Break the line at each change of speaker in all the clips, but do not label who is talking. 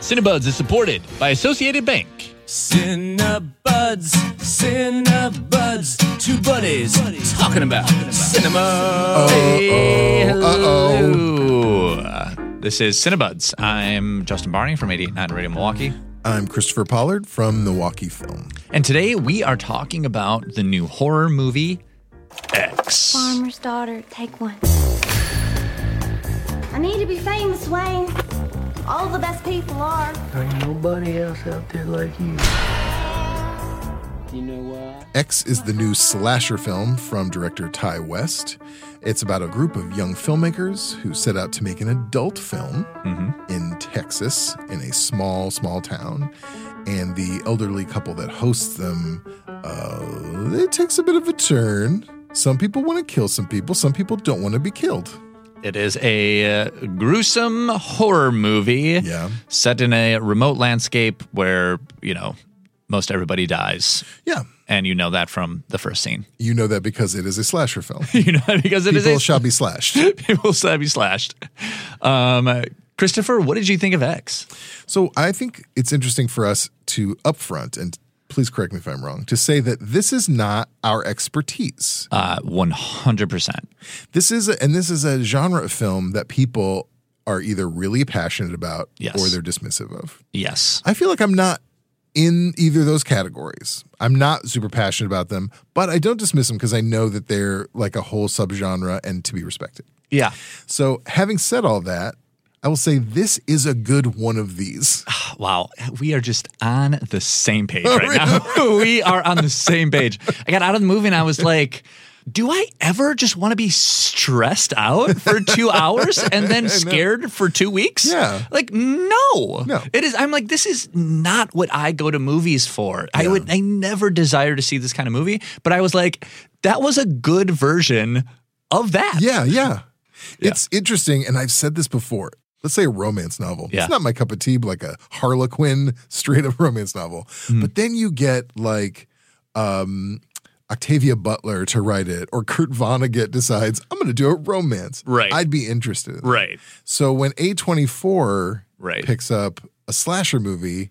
Cinebuds is supported by Associated Bank.
Cinebuds, Cinebuds, two buddies talking about cinema.
Hello. This is Cinebuds. I'm Justin Barney from 889 Radio Milwaukee.
I'm Christopher Pollard from Milwaukee Film.
And today we are talking about the new horror movie X.
Farmer's daughter, take one. I need to be famous, Wayne. All the best people are.
Ain't nobody else out there like you. You know why?
X is the new slasher film from director Ty West. It's about a group of young filmmakers who set out to make an adult film
Mm-hmm.
in Texas in a small, small town. And the elderly couple that hosts them, uh, it takes a bit of a turn. Some people want to kill some people, some people don't want to be killed.
It is a uh, gruesome horror movie
Yeah.
set in a remote landscape where, you know, most everybody dies.
Yeah.
And you know that from the first scene.
You know that because it is a slasher film.
you know, because it is
People
a-
shall be slashed.
people shall be slashed. Um, Christopher, what did you think of X?
So I think it's interesting for us to upfront and please correct me if I'm wrong to say that this is not our expertise.
Uh, 100%.
This is a, and this is a genre of film that people are either really passionate about
Yes.
or they're dismissive of.
Yes.
I feel like I'm not in either of those categories. I'm not super passionate about them, but I don't dismiss them because I know that they're like a whole subgenre and to be respected.
Yeah.
So, having said all that, I will say this is a good one of these.
Wow. We are just on the same page right now. we are on the same page. I got out of the movie and I was like, do I ever just want to be stressed out for two hours and then scared for two weeks?
Yeah.
Like, no.
No.
It is, I'm like, this is not what I go to movies for. I would, I never desire to see this kind of movie, but I was like, that was a good version of that.
Yeah, yeah. It's interesting, and I've said this before. Let's say a romance novel.
Yeah.
It's not my cup of tea, but like a Harlequin straight up romance novel.
Hmm.
But then you get like um, Octavia Butler to write it, or Kurt Vonnegut decides, I'm going to do a romance.
Right.
I'd be interested. in that.
Right.
So when A24
Right.
picks up a slasher movie,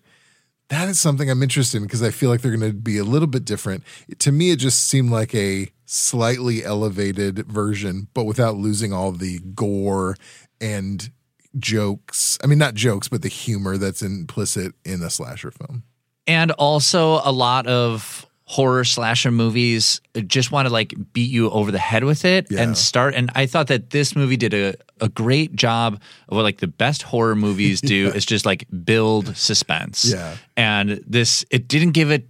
that is something I'm interested in because I feel like they're going to be a little bit different. To me, it just seemed like a slightly elevated version, but without losing all the gore and jokes. I mean, not jokes, but the humor that's implicit in a slasher film.
and also a lot of horror slasher movies just want to like beat you over the head with it
Yeah.
and start and i thought that this movie did a, a great job of what like the best horror movies do is just like build suspense
Yeah.
and this it didn't give it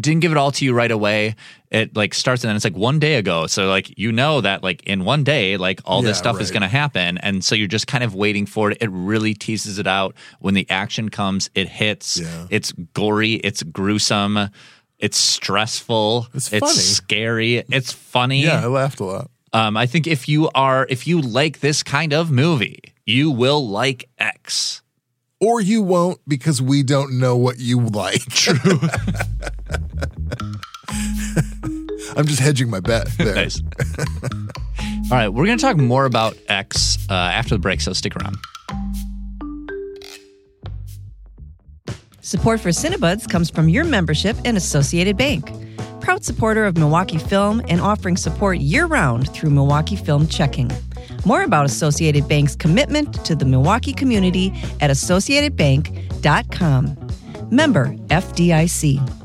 didn't give it all to you right away it like starts and then it's like one day ago so like you know that like in one day like all this
Yeah,
stuff is
right.
going to happen and so you're just kind of waiting for it it really teases it out when the action comes it hits
Yeah.
it's gory. It's gruesome. It's stressful.
It's funny.
scary. It's funny.
Yeah, I laughed a lot.
Um, I think if you are if you like this kind of movie, you will like X.
Or you won't because we don't know what you like. True. I'm just hedging my bet there.
Nice. All right, we're gonna talk more about X uh, after the break, so stick around.
Support for Cinebuds comes from your membership in Associated Bank, proud supporter of Milwaukee Film and offering support year round through Milwaukee Film Checking. More about Associated Bank's commitment to the Milwaukee community at AssociatedBank.com. Member FDIC.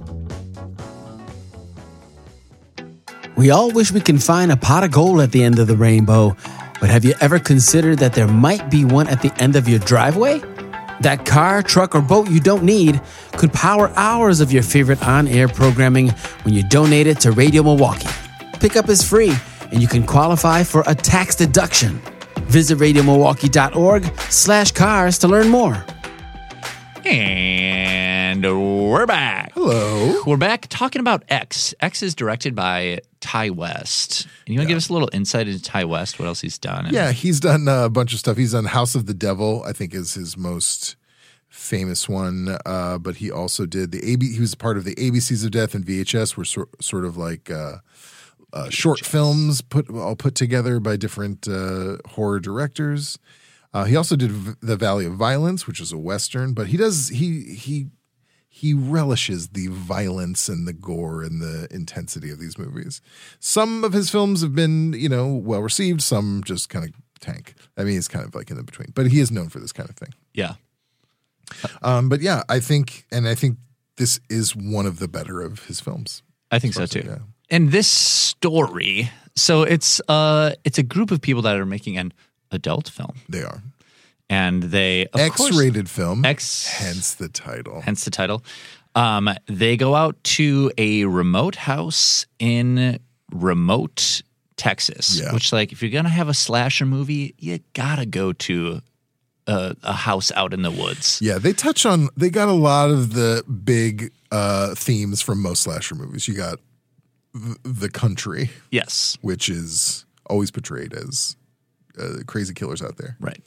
We all wish we can find a pot of gold at the end of the rainbow, but have you ever considered that there might be one at the end of your driveway? That car, truck, or boat you don't need could power hours of your favorite on air programming when you donate it to Radio Milwaukee. Pickup is free, and you can qualify for a tax deduction. Visit radiomilwaukee.org slash cars to learn more.
And we're back.
Hello.
We're back talking about X. X is directed by Ty West. And you want to give us a little insight into Ty West, what else he's done? and-
Yeah, he's done uh, a bunch of stuff. He's done House of the Devil, I think, is his most famous one. Uh, but he also did the AB. He was part of the ABCs of Death and VHS, were sor- sort of like uh, uh, short films put all put together by different uh, horror directors. Uh, he also did v- the Valley of Violence, which is a western, but he does he he he relishes the violence and the gore and the intensity of these movies. Some of his films have been you know well received, some just kind of tank. I mean, he's kind of like in the between, but he is known for this kind of thing.
Yeah.
Um, but yeah, I think, and I think this is one of the better of his films.
I think so
As far
too.
as I know.
And this story, so it's uh it's a group of people that are making an adult film,
They are
and they of course-
X-rated film,
X,
hence the title.
hence the title. Um, they go out to a remote house in remote Texas,
Yeah.
which like if you're gonna have a slasher movie, you gotta go to a, a house out in the woods.
Yeah, they touch on they got a lot of the big uh themes from most slasher movies. You got th- the country,
Yes,
which is always portrayed as uh, crazy killers out there.
right.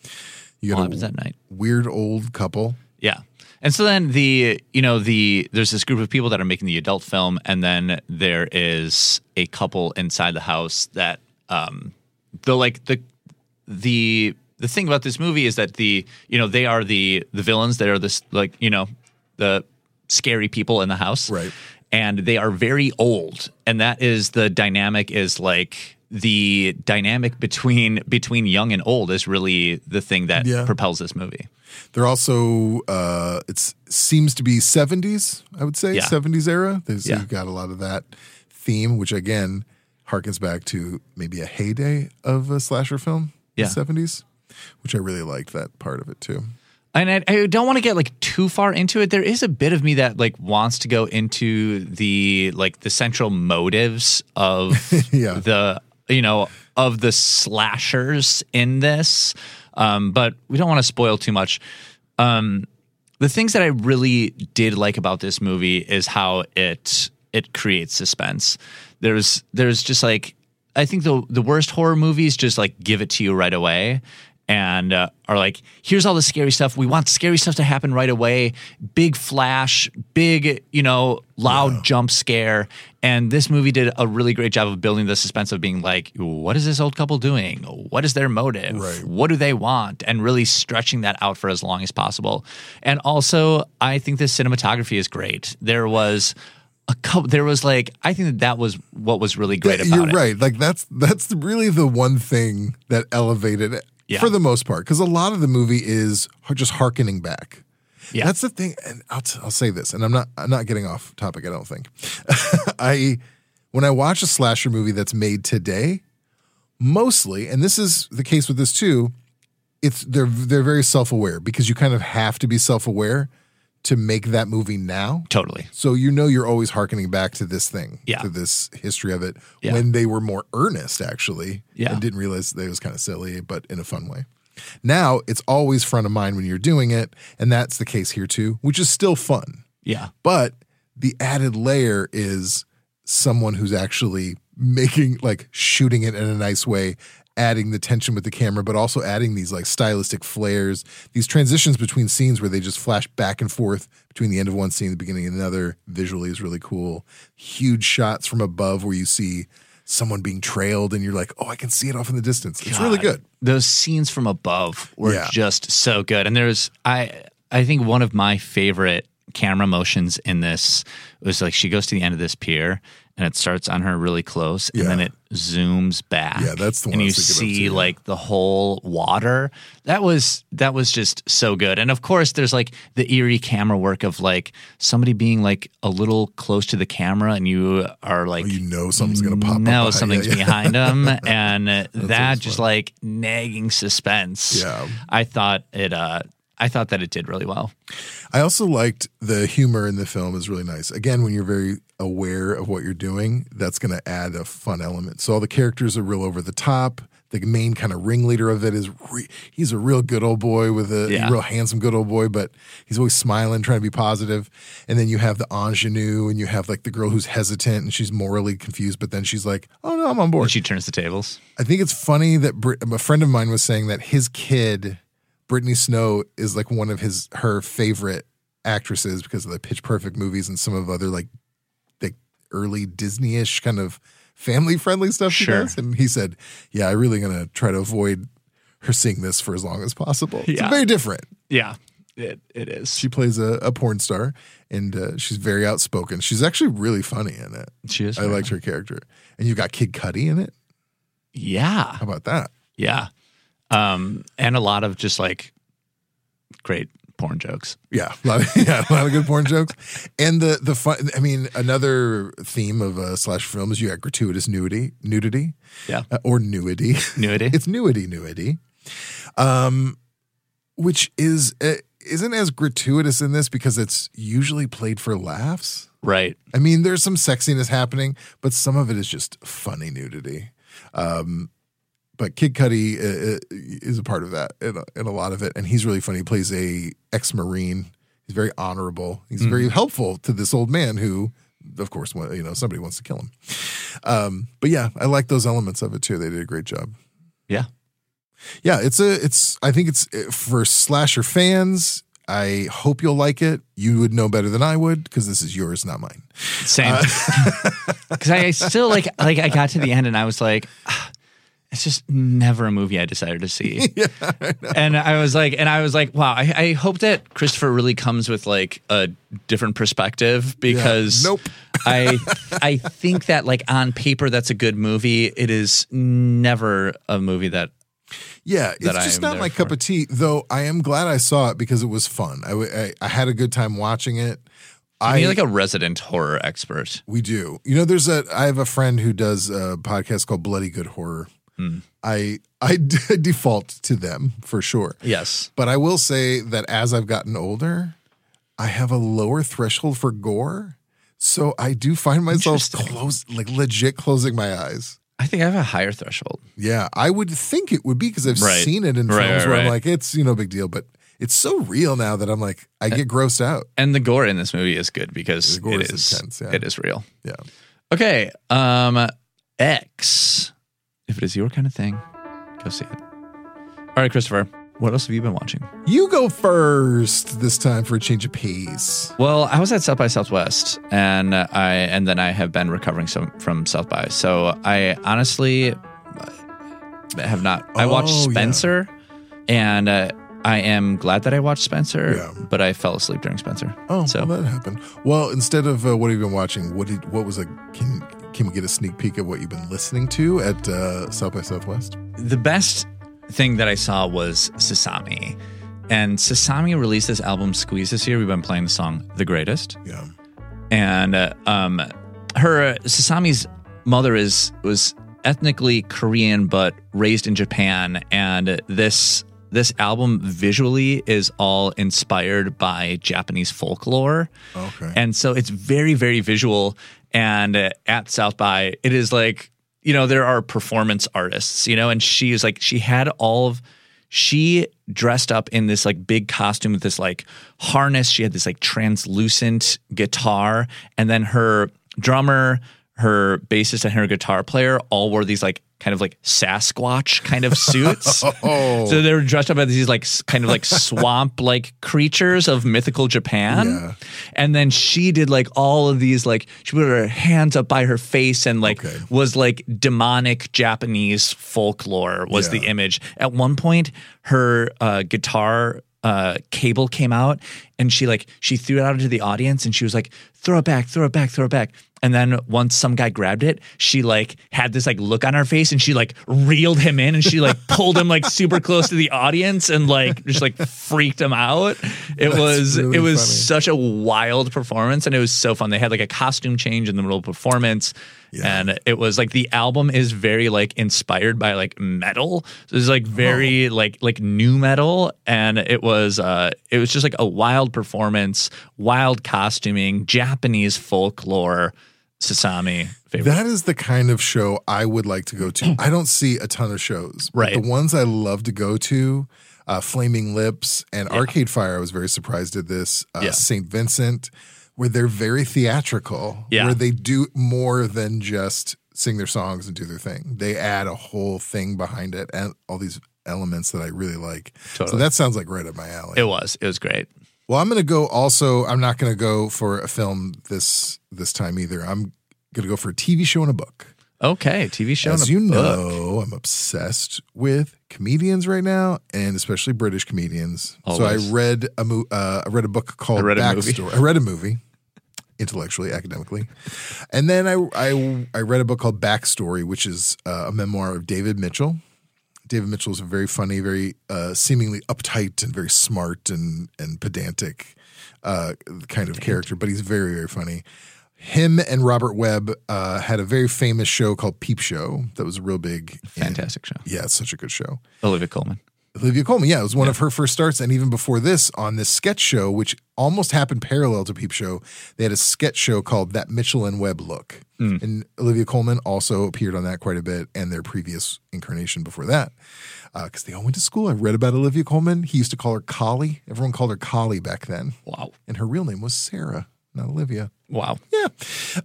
You
What
got
happens
a
at night?
weird old couple.
Yeah. And so then the you know the there's this group of people that are making the adult film and then there is a couple inside the house that um the like the the the thing about this movie is that the you know they are the the villains they are this like you know the scary people in the house
Right.
and they are very old and that is the dynamic is like the dynamic between between young and old is really the thing that
Yeah.
propels this movie
They're also uh it seems to be 70s, I would say,
Yeah.
70s era. There's
Yeah.
you've got a lot of that theme which again harkens back to maybe a heyday of a slasher film,
Yeah.
the 70s, which I really liked that part of it too.
and I, I don't want to get like too far into it. There is a bit of me that like wants to go into the like the central motives of
Yeah.
the you know of the slashers in this, um, but we don't want to spoil too much. Um, the things that I really did like about this movie is how it it creates suspense. There's there's just like I think the the worst horror movies just like give it to you right away and uh, are like here's all the scary stuff we want scary stuff to happen right away big flash big you know loud jump scare and this movie did a really great job of building the suspense of being like what is this old couple doing what is their motive
Right.
what do they want and really stretching that out for as long as possible and also i think the cinematography is great there was a couple there was like i think that that was what was really great
Yeah,
about
you're
it
right like that's that's really the one thing that elevated it
Yeah.
for the most part because a lot of the movie is har- just harkening back
Yeah.
that's the thing and I'll, t- I'll say this and i'm not i'm not getting off topic i don't think i when i watch a slasher movie that's made today mostly and this is the case with this too it's they're they're very self-aware because you kind of have to be self-aware to make that movie now
totally
so you know you're always harkening back to this thing,
Yeah.
to this history of it
Yeah.
when they were more earnest actually
Yeah.
and didn't realize that it was kind of silly but in a fun way. Now it's always front of mind when you're doing it and that's the case here too, which is still fun.
yeah
But the added layer is someone who's actually making like shooting it in a nice way, adding the tension with the camera, but also adding these like stylistic flares, these transitions between scenes where they just flash back and forth between the end of one scene and the beginning of another. Visually is really cool. Huge shots from above where you see someone being trailed and you're like, oh, I can see it off in the distance. It's really
God,
good.
Those scenes from above were
Yeah.
just so good. And there's I I think one of my favorite camera motions in this was like she goes to the end of this pier and it starts on her really close and then
Yeah.
it zooms back.
Yeah, that's the one
And
I
you
was thinking of
see
too, yeah.
like the whole water. That was that was just so good. And of course there's like the eerie camera work of like somebody being like a little close to the camera and you are like
Oh, You know something's gonna pop up.
no,
behind-
something's
yeah, yeah.
behind him, and uh, that
always
just
fun.
like nagging suspense.
Yeah.
I thought it. Uh, I thought that it did really well.
I also liked the humor in the film is really nice. Again, when you're very aware of what you're doing, that's going to add a fun element. So all the characters are real over the top. The main kind of ringleader of it is re- he's a real good old boy with a
Yeah.
real handsome good old boy, but he's always smiling, trying to be positive. And then you have the ingenue, and you have like the girl who's hesitant and she's morally confused, but then she's like, "Oh no, I'm on board."
When she turns the tables,
I think it's funny that Brit- a friend of mine was saying that his kid, Brittany Snow, is like one of his her favorite actresses because of the Pitch Perfect movies and some of other like like early Disney-ish kind of family friendly stuff she
Sure.
does. And he said, "Yeah, I really gonna try to avoid her sing this for as long as possible.
Yeah.
It's very different.
Yeah, it, it is.
She plays a, a porn star and uh, she's very outspoken. She's actually really funny in it.
She is
I
very
liked her character. And you got Kid Cudi in it.
Yeah.
How about that?
Yeah. Um, and a lot of just like great porn jokes.
Yeah, a lot of, yeah, a lot of good porn jokes, and the the fun. I mean, another theme of uh, slash films you got gratuitous nudity, nudity,
Yeah.
uh, or nudity.
Nudity.
it's nudity, nudity, um, which is uh, isn't as gratuitous in this because it's usually played for laughs.
right.
I mean, there's some sexiness happening, but some of it is just funny nudity. Um, but Kid Cudi uh, uh, is a part of that in a, in a lot of it, and he's really funny. He plays a ex Marine. He's very honorable. He's very helpful to this old man who, of course, wa- you know somebody wants to kill him. Um, but yeah, I like those elements of it too. They did a great job.
Yeah.
Yeah, it's a it's I think it's uh, for slasher fans. I hope you'll like it. You would know better than I would because this is yours, not mine.
Same.
Uh,
Because I still like like I got to the end and I was like, "Ah, it's just never a movie I decided to see. and I was like, and I was like, wow, I, I hope that Christopher really comes with like a different perspective because
Nope.
I I think that like on paper that's a good movie. It is never a movie that
Yeah, it's
that I
just
am
not
there
my cup
for.
of tea, though. I am glad I saw it because it was fun. I, w- I, I had a good time watching it. I
you're like a resident horror expert.
we do. You know, there's a. I have a friend who does a podcast called Bloody Good Horror.
Hmm.
I I default to them for sure.
Yes.
But I will say that as I've gotten older, I have a lower threshold for gore. So I do find myself
Interesting.
close, like legit closing my eyes.
I think I have a higher threshold.
Yeah, I would think it would be because I've
Right.
seen it in
Right,
films
right,
where I'm
right.
like, it's you know big deal, but it's so real now that I'm like,
Eh.
I get grossed out.
And the gore in this movie is good because
The gore
it
is
is
intense, yeah.
it is real.
Yeah,
Okay. Um X. If it is your kind of thing, go see it. All right, Christopher. What else have you been watching?
you go first this time for a change of pace.
Well, I was at South by Southwest, and I and then I have been recovering some from South by. So I honestly uh, have not. I watched
Oh, yeah.
Spencer, and uh, I am glad that I watched Spencer,
Yeah.
but I fell asleep during Spencer.
Oh,
so
well, that happened. Well, instead of uh, what have you been watching? What did what was a can can we get a sneak peek of what you've been listening to at uh, South by Southwest?
the best thing that I saw was Sasami. And Sasami released this album Squeeze this year. We've been playing the song The Greatest.
Yeah,
And uh, um, her Sasami's mother is was ethnically Korean but raised in Japan and this this album visually is all inspired by Japanese folklore.
okay.
And so it's very, very visual. And uh, at South by, it is like, you know, there are performance artists, you know, and she is like, she had all of, she dressed up in this like big costume with this like harness. She had this like translucent guitar. And then her drummer, her bassist, and her guitar player all wore these like kind of like Sasquatch kind of suits.
Oh.
So they were dressed up as these like s- kind of like swamp like creatures of mythical Japan.
Yeah.
And then she did like all of these like she put her hands up by her face and like
Okay.
was like demonic Japanese folklore was
Yeah.
the image. At one point, her uh, guitar uh, cable came out and she like she threw it out into the audience and she was like throw it back, throw it back, throw it back. And then once some guy grabbed it, she like had this like look on her face and she like reeled him in and she like pulled him like super close to the audience and like just like freaked him out. It was
really
it was
funny.
such a wild performance and it was so fun. They had like a costume change in the middle of performance.
Yeah.
And it was like the album is very like inspired by like metal. So it's like
Oh.
very like like new metal. And it was uh it was just like a wild performance, wild costuming, Japanese folklore, Sasami favorite.
That is the kind of show I would like to go to. I don't see a ton of shows. but
Right.
The ones I love to go to, uh, Flaming Lips and Arcade Fire, I was very surprised at this. Uh,
Yeah.
St. Vincent, where they're very theatrical,
Yeah.
where they do more than just sing their songs and do their thing. They add a whole thing behind it and all these elements that I really like. So
Totally.
that sounds like right up my alley.
it was. It was great.
Well, I'm going to go also I'm not going to go for a film this this time either. I'm going to go for a TV show and a book.
Okay, TV show. and
As
a
you
book.
know, I'm obsessed with comedians right now, and especially British comedians.
Always.
So I read a mo- uh, I read a book called
I read a movie.
Backstory. I read a movie, intellectually, academically, and then I, I I read a book called Backstory, which is uh, a memoir of David Mitchell. David Mitchell is a very funny, very uh, seemingly uptight and very smart and and pedantic uh, kind of character, but he's very very funny. Him and Robert Webb uh, had a very famous show called Peep Show that was real big. in-
fantastic show.
yeah, it's such a good show.
Olivia Coleman.
Olivia Colman, yeah, it was one of her first starts, and even before this, on this sketch show, which almost happened parallel to Peep Show, they had a sketch show called That Mitchell and Webb Look, and Olivia Colman also appeared on that quite a bit, and their previous incarnation before that, because they all went to school. I read about Olivia Colman. He used to call her Collie. Everyone called her Collie back then,
Wow.
and her real name was Sarah, not Olivia.
Wow.
Yeah.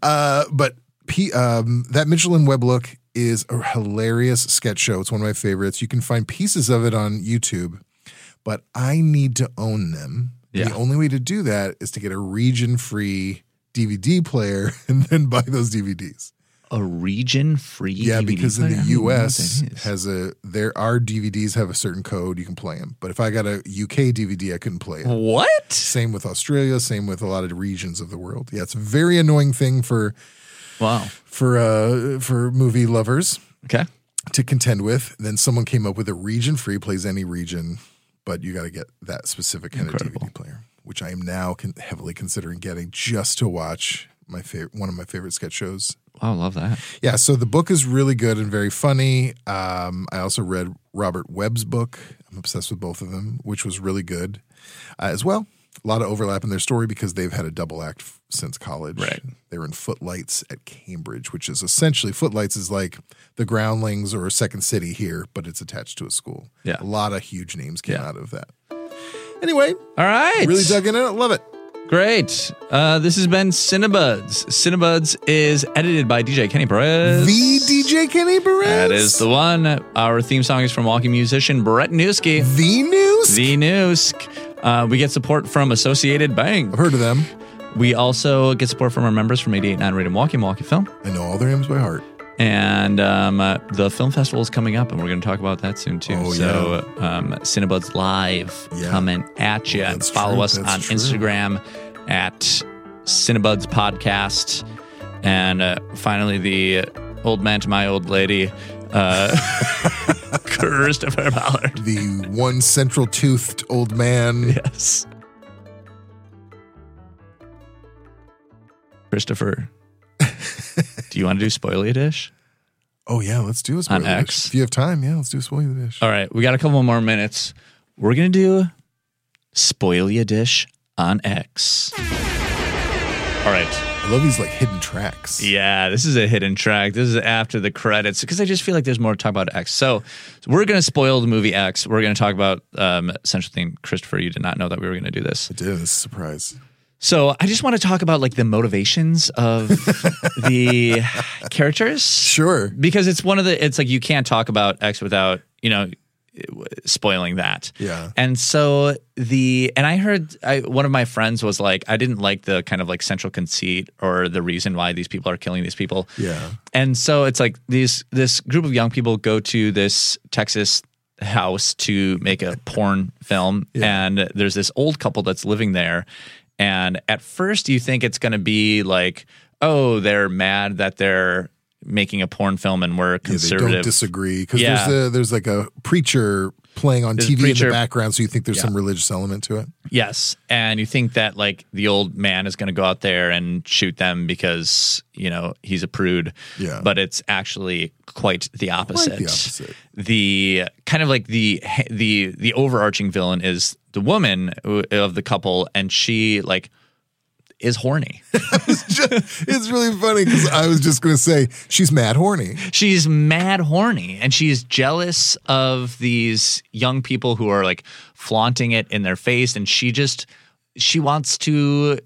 Uh, but P, um, that Mitchell and Webb look is a hilarious sketch show. It's one of my favorites. You can find pieces of it on YouTube, but I need to own them.
Yeah.
The only way to do that is to get a region free DVD player and then buy those DVDs.
A region free.
Yeah, because in the US
has
has a there our DVDs have a certain code you can play them. But if I got a UK DVD, I couldn't play
Oh.
it.
what?
Same with Australia, same with a lot of regions of the world. Yeah, it's a very annoying thing for
Wow.
for uh for movie lovers
Okay.
to contend with. Then someone came up with a region free plays any region, but you got to get that specific kind
Incredible.
of DVD player, which I am now con- heavily considering getting just to watch my favorite one of my favorite sketch shows.
Wow, love that.
Yeah, so the book is really good and very funny. Um, I also read Robert Webb's book. I'm obsessed with both of them, which was really good uh, as well. A lot of overlap in their story because they've had a double act f- since college.
Right.
They were in Footlights at Cambridge, which is essentially Footlights is like the Groundlings or Second City here, but it's attached to a school.
Yeah.
A lot of huge names came
Yeah.
out of that. Anyway,
All right.
really dug in on it. Love it.
Great. Uh, this has been Cinebuds. Cinebuds is edited by DJ Kenny Perez.
The DJ Kenny Perez.
That is the one. Our theme song is from walking musician Brett Newski.
the news.
The Newsk. Uh, we get support from Associated Bank.
I've heard of them.
We also get support from our members from 889 Rated Milwaukee, Milwaukee Film.
I know all their names by heart.
And um, uh, the film festival is coming up, and we're going to talk about that soon too.
Oh,
so, um, Cinebuds Live
Yeah.
coming at you.
Oh,
and
that's
follow
true,
us
that's
on
true.
Instagram at Cinebuds Podcast. And uh, finally, the old man to my old lady, uh, Christopher Ballard.
the one central toothed old man.
Yes. Christopher, do you want to do spoily dish?
Oh yeah, let's do a spoiler
On
dish.
X. Oh.
If you have time, yeah, let's do a spoiler dish.
All right, we got a couple more minutes. We're gonna do spoil ya dish on X. All right.
I love these like hidden tracks.
Yeah, this is a hidden track. This is after the credits because I just feel like there's more to talk about X. So we're gonna spoil the movie X. We're gonna talk about um, essential thing. Christopher, you did not know that we were gonna do this.
It is a surprise.
So I just want to talk about like the motivations of the characters
Sure.
because it's one of the it's like you can't talk about X without you know spoiling that.
Yeah.
And so the and I heard I, one of my friends was like I didn't like the kind of like central conceit or the reason why these people are killing these people.
Yeah.
And so it's like these this group of young people go to this Texas house to make a porn film and there's this old couple that's living there and at first you think it's going to be like oh they're mad that they're making a porn film and we're
Yeah, they don't
conservative
disagree because
Yeah.
there's a, there's like a preacher playing on
There's a
TV in
preacher-
the background, so you think there's some religious element to it.
Yes. And you think that like the old man is going to go out there and shoot them because, you know, he's a prude.
Yeah.
But it's actually quite the opposite.
opposite.
The- kind of like the the the overarching villain is the woman w- of the couple and she like is horny.
it's really funny because I was just gonna say she's mad horny.
she's mad horny and she is jealous of these young people who are like flaunting it in their face and she just she wants to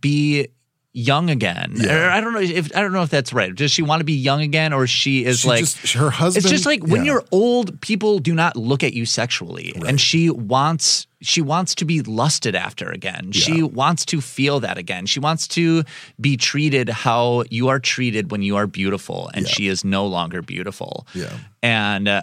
be young again.
Yeah.
Or I don't know if I don't know if that's right. Does she want to be young again, or she is
She
like
just- her husband-
It's just like when
yeah.
you're old, people do not look at you sexually, and she wants she wants to be lusted after again. She wants to feel that again. She wants to be treated how you are treated when you are beautiful, and she is no longer beautiful.
Yeah.
and. Uh,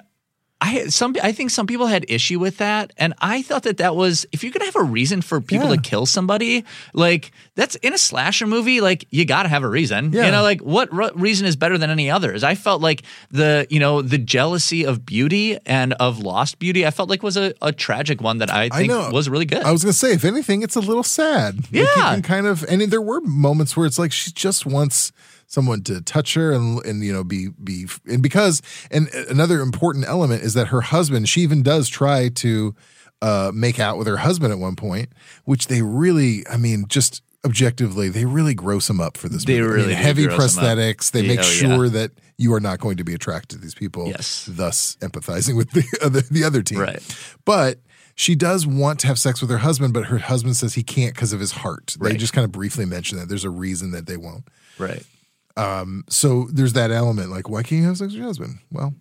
I some I think some people had issue with that, and I thought that that was if you're gonna have a reason for people to kill somebody, like that's in a slasher movie, like you gotta have a reason.
Yeah.
You know, like what re- reason is better than any others? I felt like the you know the jealousy of beauty and of lost beauty, I felt like was a, a tragic one that I
I
think
know
was really good.
I was gonna say, if anything, it's a little sad. Like, you
Yeah.
can kind of. And there were moments where it's like she just wants someone to touch her and and you know be be and because and uh, another important element is that her husband. She even does try to uh, make out with her husband at one point, which they really. I mean, just objectively, they really gross him up for this.
They
movie. I mean,
really do
heavy
gross him up.
prosthetics. They make
Yeah, oh, yeah.
sure that you are not going to be attracted to these people.
Yes.
thus empathizing with the other the other team.
Right.
But she does want to have sex with her husband, but her husband says he can't because of his heart. They
Right.
just kind of briefly mention that there's a reason that they won't.
right.
So there's that element like, why can't you have sex with your husband? Well,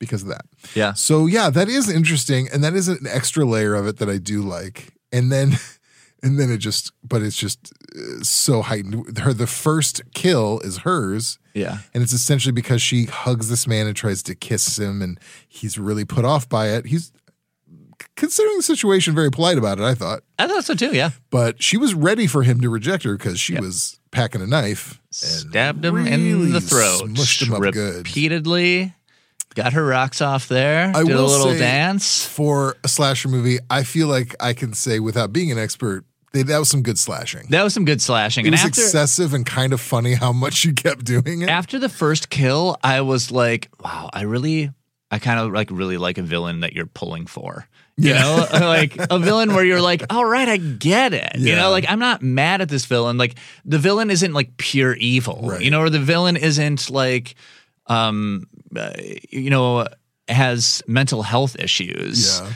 because of that.
Yeah.
So yeah, that is interesting. And that is an extra layer of it that I do like. And then, and then it just, but it's just uh, so heightened. Her, the first kill is hers.
Yeah.
And it's essentially because she hugs this man and tries to kiss him, and he's really put off by it. He's considering the situation very polite about it, I thought.
I thought so too, yeah.
But she was ready for him to reject her because she was packing a knife.
Stabbed him
really
in the throat.
smushed him up good.
repeatedly. Got her rocks off there.
I
did a
will
little
say-
dance.
For a slasher movie, I feel like I can say without being an expert, they, that was some good slashing.
That was some good slashing.
it
and
was
after,
excessive and kind of funny how much she kept doing it.
after the first kill, I was like, wow, I really, I kind of like really like a villain that you're pulling for. You
Yeah.
know, like a villain where you're like, all right, I get it. You
Yeah.
know, like I'm not mad at this villain. Like the villain isn't like pure evil,
Right.
you know, or the villain isn't like, um, uh, you know, has mental health issues
yeah.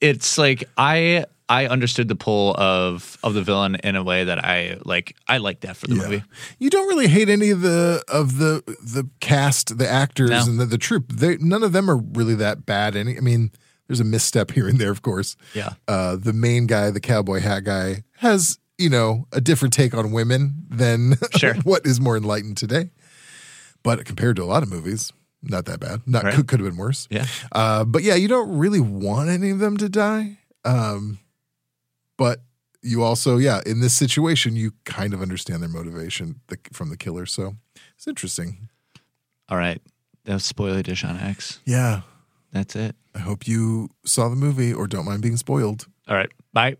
it's like I I understood the pull of of the villain in a way that I like I like that for the movie.
You don't really hate any of the of the the cast, the actors,
No.
and the, the troupe. They, none of them are really that bad. Any, I mean, there's a misstep here and there, of course.
Yeah.
Uh, the main guy, the cowboy hat guy, has you know a different take on women than
Sure.
what is more enlightened today. But compared to a lot of movies, not that bad. Not
Right.
could, could have been worse.
Yeah.
Uh, but yeah, you don't really want any of them to die. Um, but you also, yeah, in this situation, you kind of understand their motivation the, from the killer. So it's interesting.
All right. That was spoiler dish on X.
Yeah.
That's it.
I hope you saw the movie or don't mind being spoiled.
All right. Bye.